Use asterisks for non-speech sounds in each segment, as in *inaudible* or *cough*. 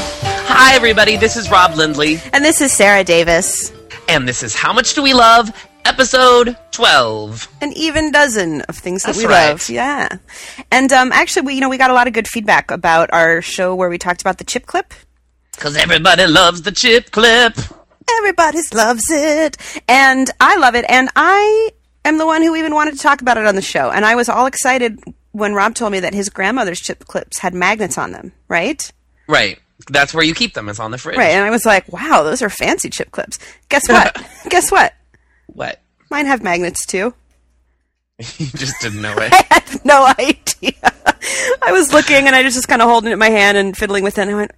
Hi, everybody. This is Rob Lindley, And this is Sarah Davis. and this is How Much Do We Love, episode 12. An even dozen of things that That's we right. love. Yeah. And um, actually, we, you know, we got a lot of good feedback about our show where we talked about the chip clip. Because everybody loves the chip clip. Everybody loves it. And I love it. And I am the one who even wanted to talk about it on the show. And I was all excited when Rob told me that his grandmother's chip clips had magnets on them, right? Right. That's where you keep them, it's on the fridge. Right. And I was like, wow, those are fancy chip clips. Guess *laughs* what? Guess what? What? Mine have magnets too. You just didn't know it. *laughs* I had no idea. I was looking and I was just kind of holding it in my hand and fiddling with it. And I went,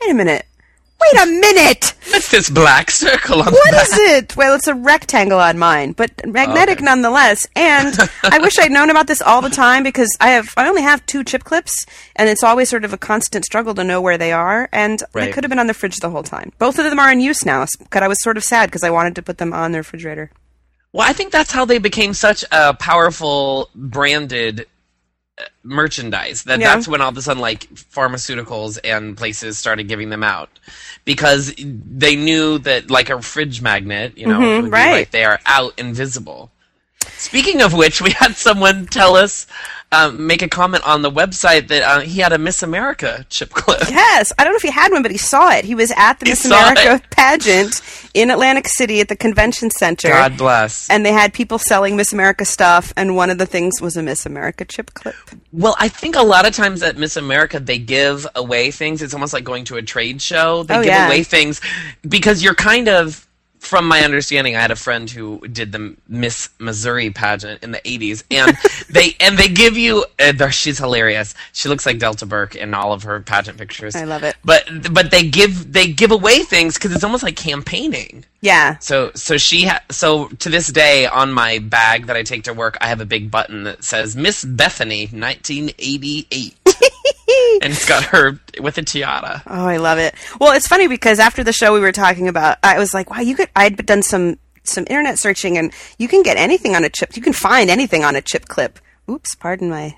wait a minute. Wait a minute. What's this black circle on What the *laughs* is it? Well, it's a rectangle on mine, but magnetic Okay. nonetheless. And I wish I'd known about this all the time because I have I only have two chip clips and it's always sort of a constant struggle to know where they are and they Right. could have been on the fridge the whole time. Both of them are in use now because I was sort of sad because I wanted to put them on the refrigerator. Well, I think that's how they became such a powerful branded uh, merchandise. That Yeah. that's when all of a sudden, like pharmaceuticals and places started giving them out because they knew that, like a fridge magnet, you know, would be Mm-hmm, right. like they are out invisible. Speaking of which, we had someone tell us, um, make a comment on the website that uh, he had a Miss America chip clip. Yes, I don't know if he had one, but he saw it. He was at the Miss saw America *laughs* pageant in Atlantic City at the convention center, God bless. and they had people selling Miss America stuff. And one of the things was a Miss America chip clip. Well, I think a lot of times at Miss America they give away things. It's almost like going to a trade show. They Oh, give yeah. away things because you're kind of from my understanding, I had a friend who did the Miss Missouri pageant in the 80s *laughs* and they and they give you uh, they're- she's hilarious. She looks like Delta Burke in all of her pageant pictures. I love it. But but they give they give away things cuz it's almost like campaigning. Yeah, So so she ha- so to this day on my bag that I take to work I have a big button that says Miss Bethany 1988 and it's got her with a tiara. Oh, I love it. Well, it's funny because after the show we were talking about, I was like, wow, you could, I'd done some, some internet searching and you can get anything on a chip. You can find anything on a chip clip. Oops, pardon my,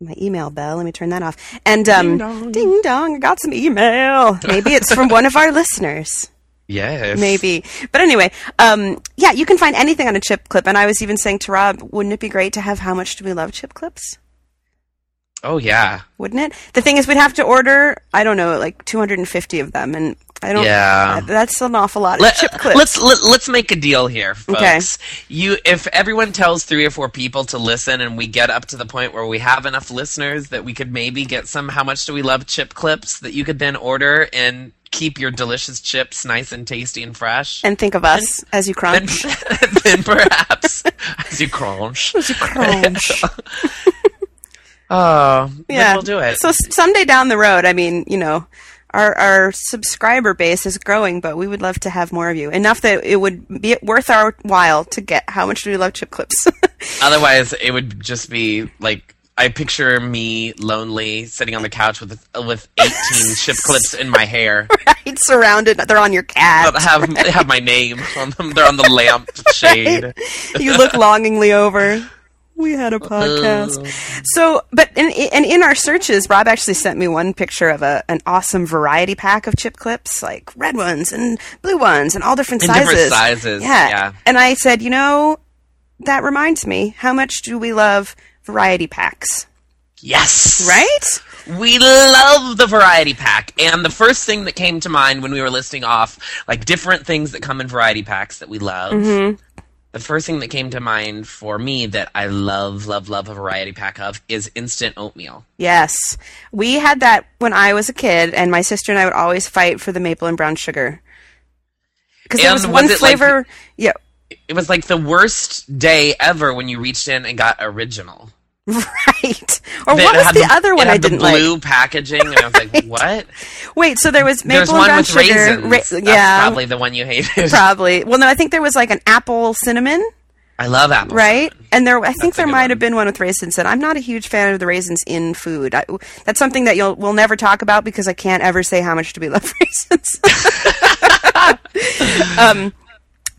my email bell. Let me turn that off. And, um, ding dong, I got some email. Maybe it's from one of our listeners. Yes. Maybe. But anyway, um, yeah, you can find anything on a chip clip. And I was even saying to Rob, wouldn't it be great to have how much do we love chip clips? Oh yeah. wouldn't it? The thing is, we'd have to order, I don't know, like 250 of them. And I don't, Yeah. that- that's an awful lot of Let, uh, chip clips. Let's let, let's make a deal here, Okay. folks. You if everyone tells 3 or 4 people to listen and we get up to the point where we have enough listeners that we could maybe get some how much do we love chip clips that you could then order and keep your delicious chips nice and tasty and fresh. and think of us as you crunch. then, *laughs* then perhaps as you crunch. as you *laughs* crunch. *laughs* Oh, yeah. then we'll do it. So s- someday down the road, I mean, you know, our, our subscriber base is growing, but we would love to have more of you. Enough that it would be worth our while to get how much do we love chip clips? *laughs* Otherwise, it would just be like I picture me lonely sitting on the couch with with eighteen *laughs* chip clips in my hair right? Surrounded. They're on your cat. that have have my name on them. They're on the lamp *laughs* shade. you look longingly over. We had Oh. a podcast. So, but in, and in our searches, Rob actually sent me one picture of a an awesome variety pack of chip clips, like red ones and blue ones, and all different And sizes. different sizes, yeah. And I said, you know, that reminds me, how much do we love variety packs, Yes, right? We love the variety pack. And the first thing that came to mind when we were listing off like different things that come in variety packs that we love. Mm-hmm. The first thing that came to mind for me that I love, love, love a variety pack of is instant oatmeal. Yes. We had that when I was a kid, and my sister and I would always fight for the maple and brown sugar. Because there And was was one it like- flavor. yeah. *laughs* It was like the worst day ever when you reached in and got original. Right. Or That what was had the, other it one had I didn't the blue packaging, and I was *laughs* like, "What?" like? Wait, so there was There's maple and one brown with sugar. raisins. ra- That's yeah, probably the one you hated. probably. Well, no, I think there was like an apple cinnamon, *laughs* I love apple. right? And there, I think a there good might one. have been one with raisins. And I'm not a huge fan of the raisins in food. I, that's something that you'll we'll never talk about because I can't ever say how much do we love *laughs* raisins. um,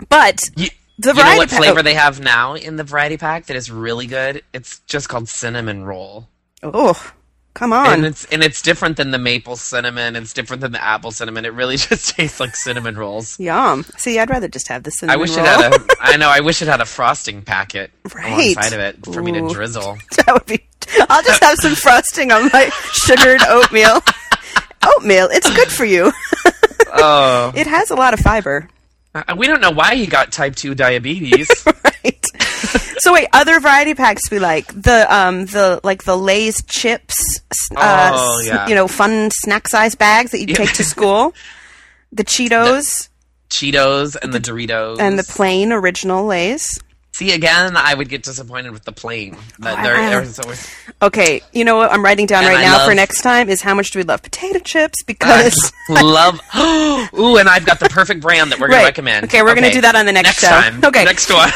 but You, The you know variety what pack- flavor oh. they have now in the variety pack that is really good? It's just called cinnamon roll. oh, Come And on. it's and it's different than the maple cinnamon. It's different than the apple cinnamon. It really *laughs* just tastes like cinnamon rolls. Yum. See, I'd rather just have the I cinnamon wish roll. it had a. I know. I wish it had a frosting packet Right. alongside of it for me to Ooh. *laughs* drizzle. that would be. I'll just have some frosting on my sugared *laughs* oatmeal. oatmeal, it's good for you. Oh, It has a lot of fiber. Uh, we don't know why he got type two *laughs* diabetes. right. so wait, other variety packs we like the um the like the Lay's chips, s- uh, Oh, s- yeah. you know, fun snack size bags that you Yeah. take to school. The Cheetos Cheetos and the Doritos and the plain original Lay's. See again, I would get disappointed with the plane. That I- there, I- there's always- Okay, you know what I'm writing down And right I now for love- next time is how much do we love potato chips I because *laughs* love. *gasps* Ooh, and I've got the perfect brand that we're going Right. to recommend. Okay, we're gonna do that on the next show. time. Okay. next *laughs* one.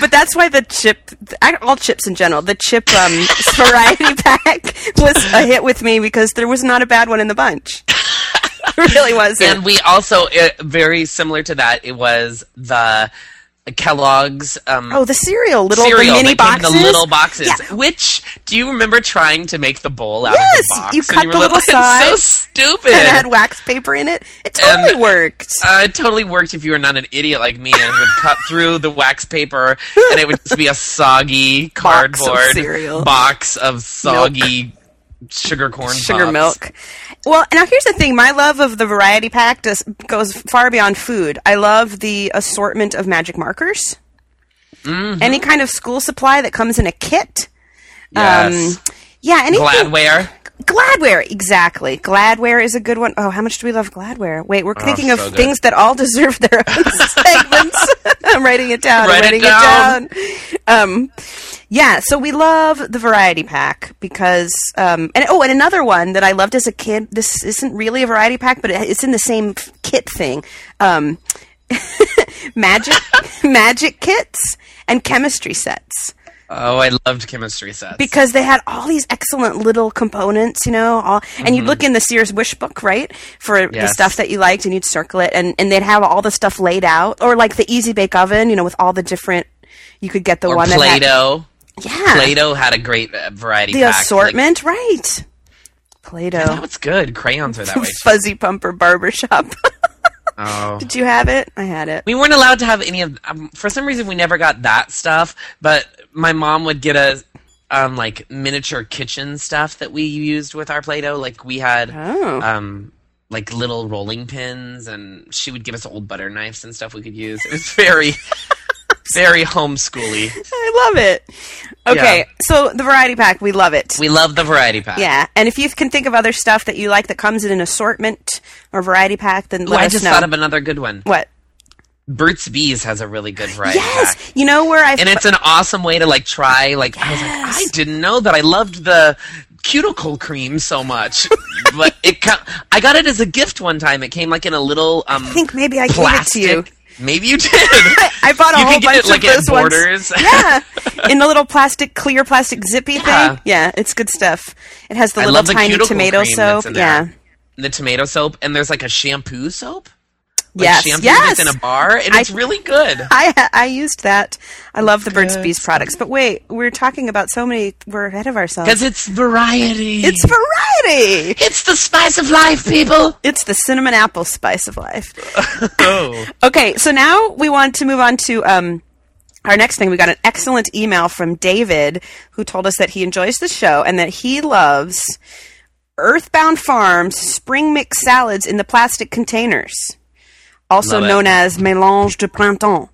But that's why the chip, I- all chips in general, the chip um, *laughs* variety pack was a hit with me because there was not a bad one in the bunch. It really wasn't. and we also it, very similar to that. It was the Kellogg's. Um, oh, the cereal, little the cereal mini that came in boxes. the *laughs* little boxes. Yeah. Which do you remember trying to make the bowl out Yes, of the box? you And cut were the like, little *laughs* "It's so sides, stupid. And it had wax paper in it. It And- totally worked. Uh, it totally worked if you were not an idiot like me and would *laughs* cut through the wax paper and it would just be a soggy Box of cardboard cereal. box of soggy sugar corn Sugar pops. milk. Well, now here's the thing. My love of the variety pack just goes far beyond food. I love the assortment of magic markers. Mm-hmm. Any kind of school supply that comes in a kit. Yes. Um, Yeah, anything. Gladware. Gladware, exactly. Gladware is a good one. Oh, how much do we love Gladware? Wait, we're thinking of Oh, so good. things that all deserve their *laughs* own segments. *laughs* I'm writing it down. I'm Write it writing down. it down. Um, yeah, so we love the variety pack because, um, and oh, and another one that I loved as a kid. This isn't really a variety pack, but it- it's in the same f- kit thing. Um, *laughs* magic, *laughs* magic kits and chemistry sets Oh, I loved chemistry sets. because they had all these excellent little components, you know, all, and you'd look in the Sears wish book, right, for the Mm-hmm. Yes. stuff that you liked, and you'd circle it, and, and they'd have all the stuff laid out, or like the Easy Bake Oven, you know, with all the different. You could get the or one that Play-Doh. had, yeah, Play-Doh had a great uh, variety the pack. Like, assortment, right? Play-Doh, that was good. Crayons *laughs* were that way. too. Fuzzy Pumper Barbershop. *laughs* Oh. Did you have it? I had it. We weren't allowed to have any of. Um, for some reason, we never got that stuff. But my mom would get us um, like miniature kitchen stuff that we used with our Play-Doh. Like we had Oh. um, like little rolling pins, and she would give us old butter knives and stuff we could use. It was *laughs* very, very homeschooly. *laughs* I love it. Okay, Yeah. so the variety pack, we love it. We love the variety pack. Yeah, and if you can think of other stuff that you like that comes in an assortment or variety pack, then Ooh, let I us just know. thought of another good one. what? Burt's Bees has a really good variety Yes, pack. you know where I. and it's an awesome way to like try like I was like I didn't know that I loved the cuticle cream so much, but it co- I got it as a gift one time. It came like in a little um think maybe I gave it to plastic. you. Maybe you did. *laughs* I bought a you whole can get bunch it like of at those ones. Borders. *laughs* *laughs* Yeah, in the little plastic, clear plastic zippy Yeah. thing. Yeah, it's good stuff. It has the I little love the tiny cuticle tomato cream soap. That's in Yeah. there. The tomato soap, and there's like a shampoo soap. Like yes. shampoo yes. that's in a bar, and it's really good. *laughs* I I used that. I love the Burt's Good Bees products. But wait, we're talking about so many. We're ahead of ourselves. Because it's variety. It's variety. it's the spice of life, people. It's the cinnamon apple spice of life. *laughs* Oh. Okay, so now we want to move on to um, our next thing. We got an excellent email from David who told us that he enjoys the show and that he loves Earthbound Farms spring mix salads in the plastic containers, also Love it. known as mélange de printemps.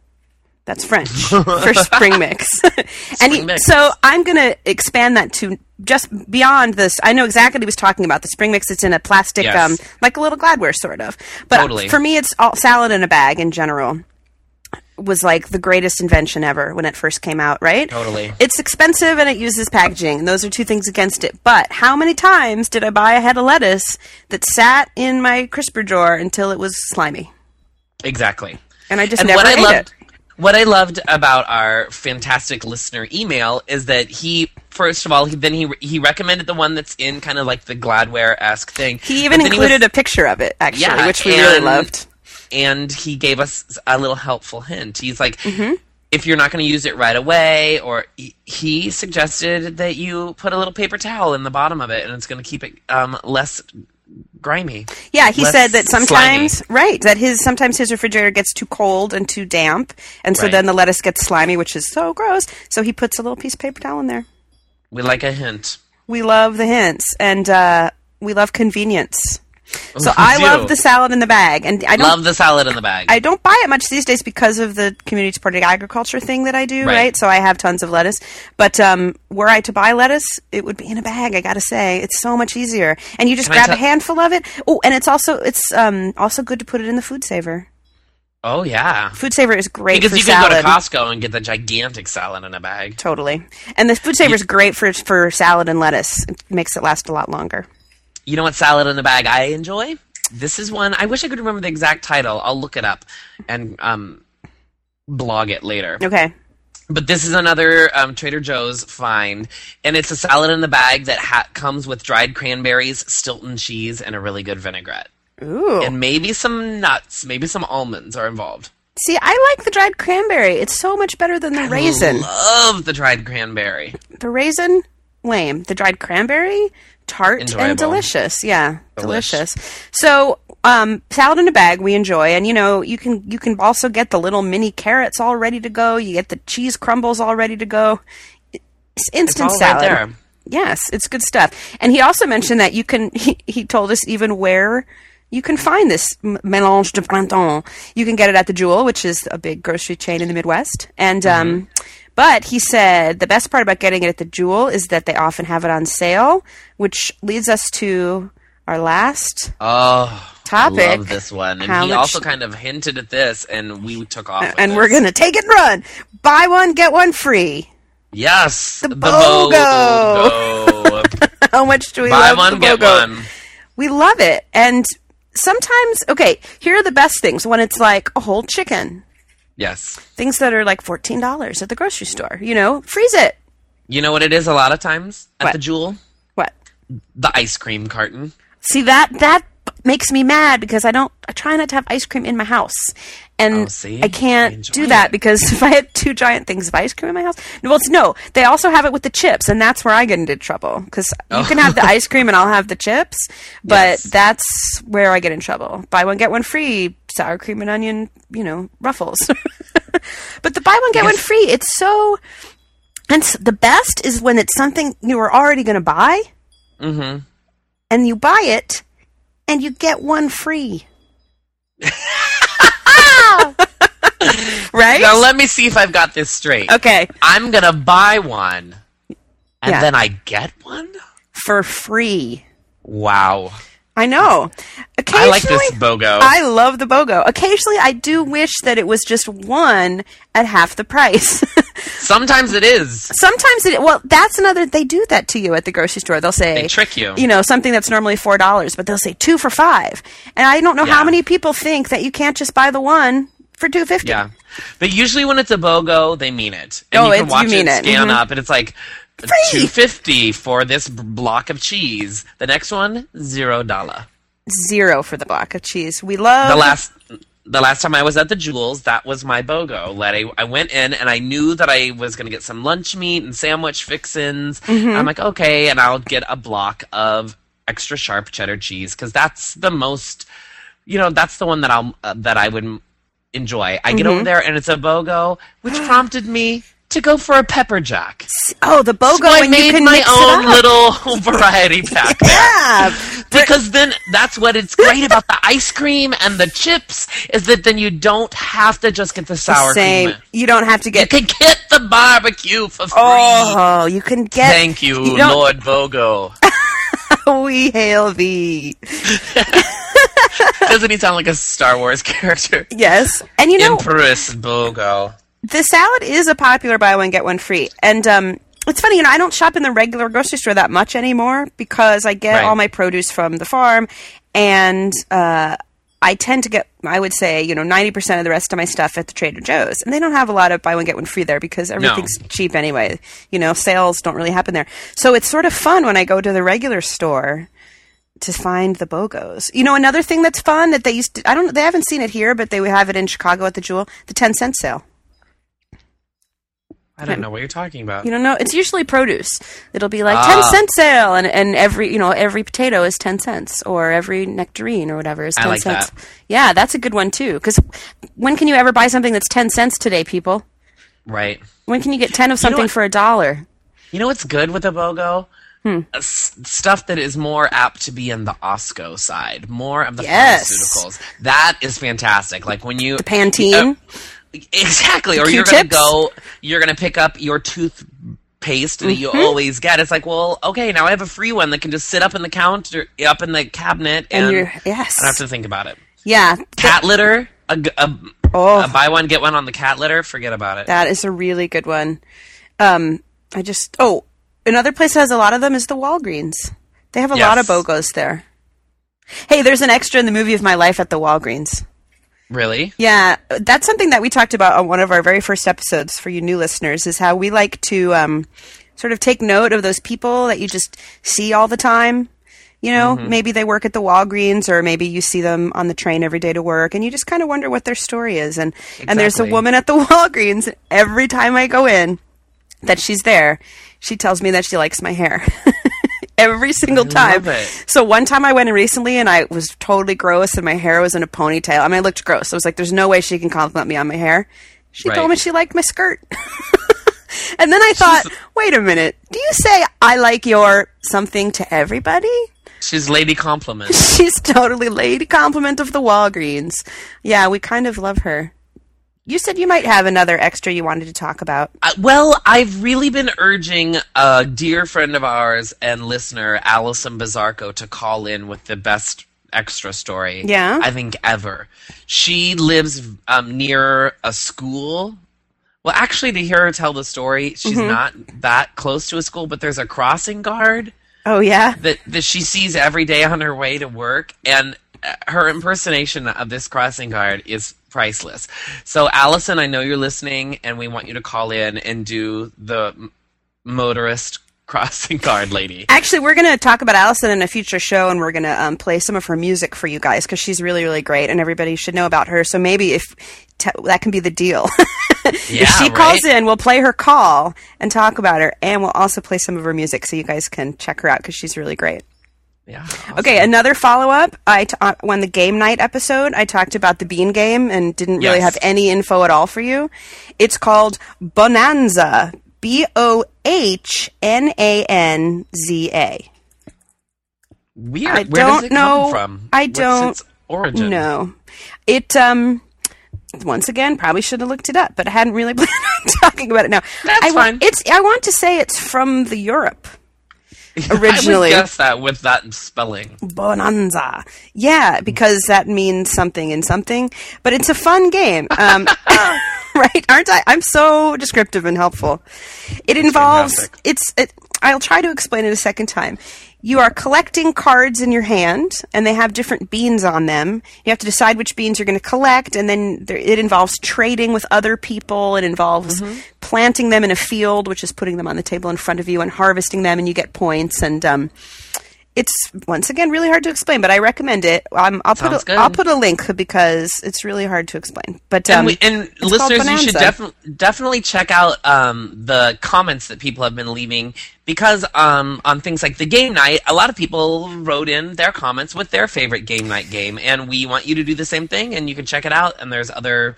*laughs* That's French for spring mix. *laughs* and he, mix. so I'm going to expand that to just beyond this. I know exactly what he was talking about. The spring mix, it's in a plastic, Yes. um, like a little Gladware sort of. But Totally. Uh, for me, it's all salad in a bag in general was like the greatest invention ever when it first came out, right? Totally. It's expensive and it uses packaging, and those are two things against it. But how many times did I buy a head of lettuce that sat in my crisper drawer until it was slimy? Exactly. And I just and never what I ate loved, it. what I loved about our fantastic listener email is that he, first of all, he, then he he recommended the one that's in kind of like the Gladware esque thing. He even But then included was- a picture of it, actually, Yeah, which we really and- loved. Mm-hmm. and he gave us a little helpful hint. He's like. if you're not going to use it right away, or he suggested that you put a little paper towel in the bottom of it, and it's going to keep it um, less grimy. Yeah, he less said that sometimes, right, that his sometimes his refrigerator gets too cold and too damp, and so Right. then the lettuce gets slimy, which is so gross. So he puts a little piece of paper towel in there. We like a hint. We love the hints, and uh, we love convenience. So *laughs* we I do. love the salad in the bag, and I don't Oh, Love the salad in the bag. I don't buy it much these days because of the community supported agriculture thing that I do, right? Right. So I have tons of lettuce. But um, were I to buy lettuce, it would be in a bag. I gotta say, it's so much easier, and you just Can I grab a tell- handful of it. Oh, and it's also it's um, also good to put it in the food saver. oh yeah, Food saver is great because for you salad. can go to Costco and get the gigantic salad in a bag. Totally, and the food saver is great for for salad and lettuce. It makes it last a lot longer. You know what salad in the bag I enjoy? This is one I wish I could remember the exact title. I'll look it up and um, blog it later. Okay, But this is another um, Trader Joe's find, and it's a salad in the bag that ha- comes with dried cranberries, Stilton cheese, and a really good vinaigrette, ooh. and maybe some nuts, maybe some almonds are involved. See, I like the dried cranberry. It's so much better than the raisin. Love the dried cranberry. The raisin, lame. The dried cranberry, tart and Enjoyable. delicious. Yeah, Delish. delicious. So, um, salad in a bag we enjoy, and you know you can you can also get the little mini carrots all ready to go. You get the cheese crumbles all ready to go. It's instant all right salad. there. Yes, it's good stuff. And he also mentioned that you can. He, he told us even where. You can find this m- mélange de printemps. You can get it at the Jewel, which is a big grocery chain in the Midwest. And Mm-hmm. um, but he said the best part about getting it at the Jewel is that they often have it on sale, which leads us to our last Oh, Topic. I love this one, and How he much- also kind of hinted at this, and we took off. with and this. we're going to take it and run. Buy one, get one free. *laughs* yes, the, BOGO. *laughs* BOGO. How much do we Buy love the one, get BOGO? one. We love it. And sometimes, okay, here are the best things when it's like a whole chicken, Yes. things that are like $14 at the grocery store, you know, freeze it. You know what it is a lot of times at What? the Jewel? What? The ice cream carton. See that that makes me mad because I don't I try not to have ice cream in my house. Oh, And see? I can't Enjoy do that it. because *laughs* if I had two giant things of ice cream in my house, well, it's, no, they also have it with the chips, and that's where I get into trouble because you can have *laughs* the ice cream and I'll have the chips, but Oh. Yes. that's where I get in trouble. Buy one get one free, sour cream and onion, you know, ruffles. *laughs* but the buy one get one Yes. free, it's so. And s- the best is when it's something you were already going to buy Mm-hmm. and you buy it and you get one *laughs* free. right? Now let me see if I've got this straight. okay. I'm gonna buy one, and Yeah. then I get one. For free. Wow, I know. Occasionally I like this BOGO. I love the BOGO. Occasionally I do wish that it was just one at half the price. *laughs* Sometimes it is. Sometimes it well, that's another they do that to you at the grocery store. They'll say They trick you. You know, something that's normally four dollars, but they'll say two for five. And I don't know how Yeah. many people think that you can't just buy the one for two fifty. Yeah, but usually when it's a BOGO, they mean it. And Oh, you can it's- watch you mean it. it scan Mhm. up, and it's like two fifty for this b- block of cheese. The next one, zero dollar. zero for the block of cheese. We love the last the last time I was at the Jewels, that was my BOGO. Let I, I went in and I knew that I was going to get some lunch meat and sandwich fixins. Mm-hmm. I'm like, okay, and I'll get a block of extra sharp cheddar cheese because that's the most, you know, that's the one that I'll uh, that I would m- enjoy. I Mm-hmm. get over there and it's a BOGO, *gasps* which prompted me to go for a pepper jack. oh the bogo So I when you made can my mix own it up. little *laughs* variety pack. there. Yeah. Because then that's what it's great about the ice cream and the chips is that then you don't have to just get the sour Same. cream. You don't have to You get. can get the barbecue for free. Oh, you can get. *laughs* Thank you, you don't- Lord *laughs* Bogo. We hail thee. Doesn't he sound like a Star Wars *laughs* character? Yes, and you know Empress Bogo. the salad is a popular buy one get one free, and um, it's funny. You know, I don't shop in the regular grocery store that much anymore because I get Right. all my produce from the farm, and uh, I tend to get. I would say you know ninety percent of the rest of my stuff at the Trader Joe's, and they don't have a lot of buy one get one free there because everything's cheap anyway. You know, sales don't really happen there, so it's sort of fun when I go to the regular store to find the bogos. You know, another thing that's fun that they used to, I don't, they haven't seen it here, but they would have it in Chicago at the Jewel, the 10 cent sale. I don't know what you're talking about. Hmm. You don't know. It's usually produce. It'll be like ten Ah. cent sale, and, and every you know every potato is ten cents, or every nectarine or whatever is I ten like cents. that. Yeah, that's a good one too. Because when can you ever buy something that's ten cents today, people? right. When can you get ten of something what- for a dollar? You know what's good with a BOGO? Hmm. Uh, s- stuff that is more apt to be in the OSCO side, more of the Yes. pharmaceuticals. That is fantastic. Like when you Pantene. exactly, or you're gonna Q-tips? go, you're gonna pick up your toothpaste that Mm-hmm. you always get. It's like, well, okay, now I have a free one that can just sit up in the counter, up in the cabinet, and, and you're yes, I don't have to think about it. yeah. Cat litter, a, g- a- Oh. a buy one get one on the cat litter. Forget about it. That is a really good one. Um, I just oh, another place that has a lot of them is the Walgreens. They have a lot of Yes. bogos there. Hey, there's an extra in the movie of my life at the Walgreens. really? Yeah, that's something that we talked about on one of our very first episodes for you new listeners is how we like to um, sort of take note of those people that you just see all the time. You know, Mm-hmm. maybe they work at the Walgreens or maybe you see them on the train every day to work and you just kind of wonder what their story is. And, and there's a Exactly. woman at the *laughs* Walgreens every time I go in that she's there, she tells me that she likes my hair. *laughs* Every single time. love it. So one time I went in recently and I was totally gross and my hair was in a ponytail. I mean, I looked gross. I was like, there's no way she can compliment me on my hair. She told Right. me she liked my skirt. *laughs* and then I thought, wait a minute. Do you say I like your something to everybody? *laughs* She's lady compliment. She's totally lady compliment of the Walgreens. Yeah, we kind of love her. You said you might have another extra you wanted to talk about. Uh, well, I've really been urging a dear friend of ours and listener, Allison Bizarco, to call in with the best extra story. Yeah? I think ever. She lives um, near a school. Well, actually, to hear her tell the story, she's not that close to a school, but there's a crossing guard Oh, yeah? that that she sees every day on her way to work, and uh, her impersonation of this crossing guard is priceless. So, Allison, I know you're listening, and we want you to call in and do the m- motorist *laughs* crossing guard lady. Actually, we're going to talk about Allison in a future show, and we're going to um, play some of her music for you guys because she's really, really great, and everybody should know about her. So maybe if t- that can be the deal, *laughs* Yeah, if she right? calls in, we'll play her call and talk about her, and we'll also play some of her music so you guys can check her out because she's really great. Yeah. Okay, another follow up. I t- uh, when the game night episode, I talked about the bean game and didn't really Yes. have any info at all for you. It's called Bonanza. B O H N A N Z A. Weird. Where I does don't it know. come from? I What's don't its origin? No. It um once again probably should have looked it up, but I hadn't really *laughs* planned on talking about it now. That's I wa- fine. It's I want to say it's from the Europe originally. *laughs* I would guess that with that spelling. Bonanza. Yeah, because that means something in something. But it's a fun game. Um, right? Aren't I? I'm so descriptive and helpful. It involves. fantastic. It's. It, I'll try to explain it a second time. You are collecting cards in your hand, and they have different beans on them. You have to decide which beans you're going to collect, and then there, it involves trading with other people. It involves planting them in a field, which is putting them on the table in front of you and harvesting them, and you get points. And um, it's once again really hard to explain, but I recommend it. Um, I'll Sounds put a, good. I'll put a link because it's really hard to explain. But um, And, we, and it's called listeners, you should Bonanza. definitely definitely check out um, the comments that people have been leaving because um, on things like the game night, a lot of people wrote in their comments with their favorite game night game, and we want you to do the same thing. And you can check it out. And there's other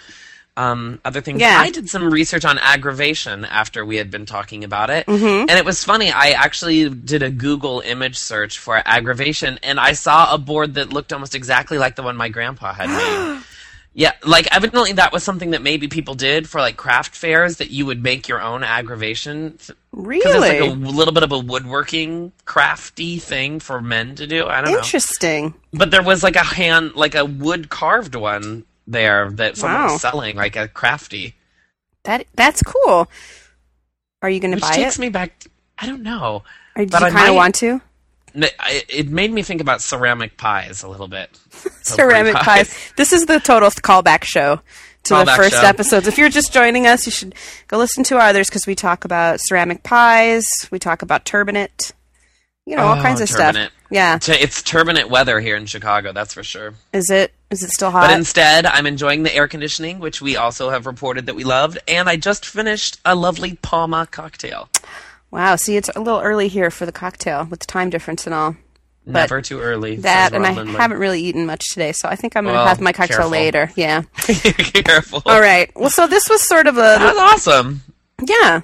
um, other things. Yeah. I did some research on aggravation after we had been talking about it, Mm-hmm. and it was funny. I actually did a Google image search for aggravation, and I saw a board that looked almost exactly like the one my grandpa had *gasps* made. Yeah, like evidently that was something that maybe people did for like craft fairs that you would make your own aggravation. Th- 'cause really It's like a w- little bit of a woodworking crafty thing for men to do. I don't know. interesting. But there was like a hand, like a wood carved one there that someone Wow. was selling, like a crafty. That that's cool. Are you going to Which buy takes it? me back. To, I don't know. or do but you I kind of might- want to? N- I- It made me think about ceramic pies a little *laughs* bit. Ceramic pies. *laughs* This is the total callback show to the Callback first show. episodes. If you're just joining us, you should go listen to our others because we talk about ceramic pies. We talk about turbinate. You know all Oh, kinds of turbinate. stuff. Yeah. T- It's turbinate weather here in Chicago, that's for sure. Is it? Is it still But hot? instead, I'm enjoying the air conditioning, which we also have reported that we loved. And I just finished a lovely Palma cocktail. wow. See, it's a little early here for the cocktail with the time difference and all. Never too early. That says and I Ron Lindley. haven't really eaten much today, so I think I'm gonna Well, have my cocktail careful. later. Yeah. *laughs* Careful. All right. Well, so this was sort of a That was awesome. yeah.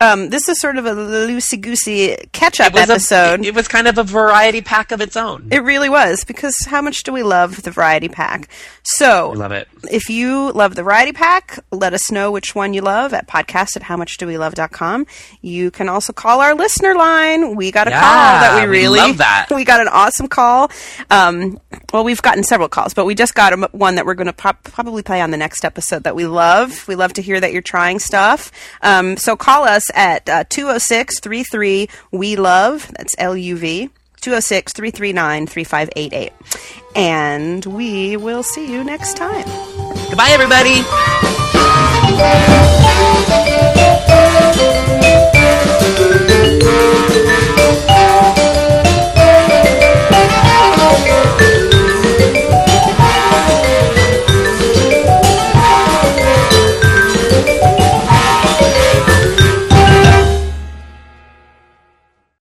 Um, this is sort of a loosey goosey catch up It was a- episode. it was kind of a variety pack of its own. It really was because how much do we love the variety pack? So I love it. if you love the variety pack, let us know which one you love at podcast at howmuchdowelove.com. You can also call our listener line. We got a Yeah, call that we we really love that. *laughs* We got an awesome call. Um, well, we've gotten several calls, but we just got a, one that we're going to pop, probably play on the next episode that we love. We love to hear that you're trying stuff. Um, so call us at uh, 206 33 We Love. That's L U V. 206 339 3588. And we will see you next time. Goodbye, everybody.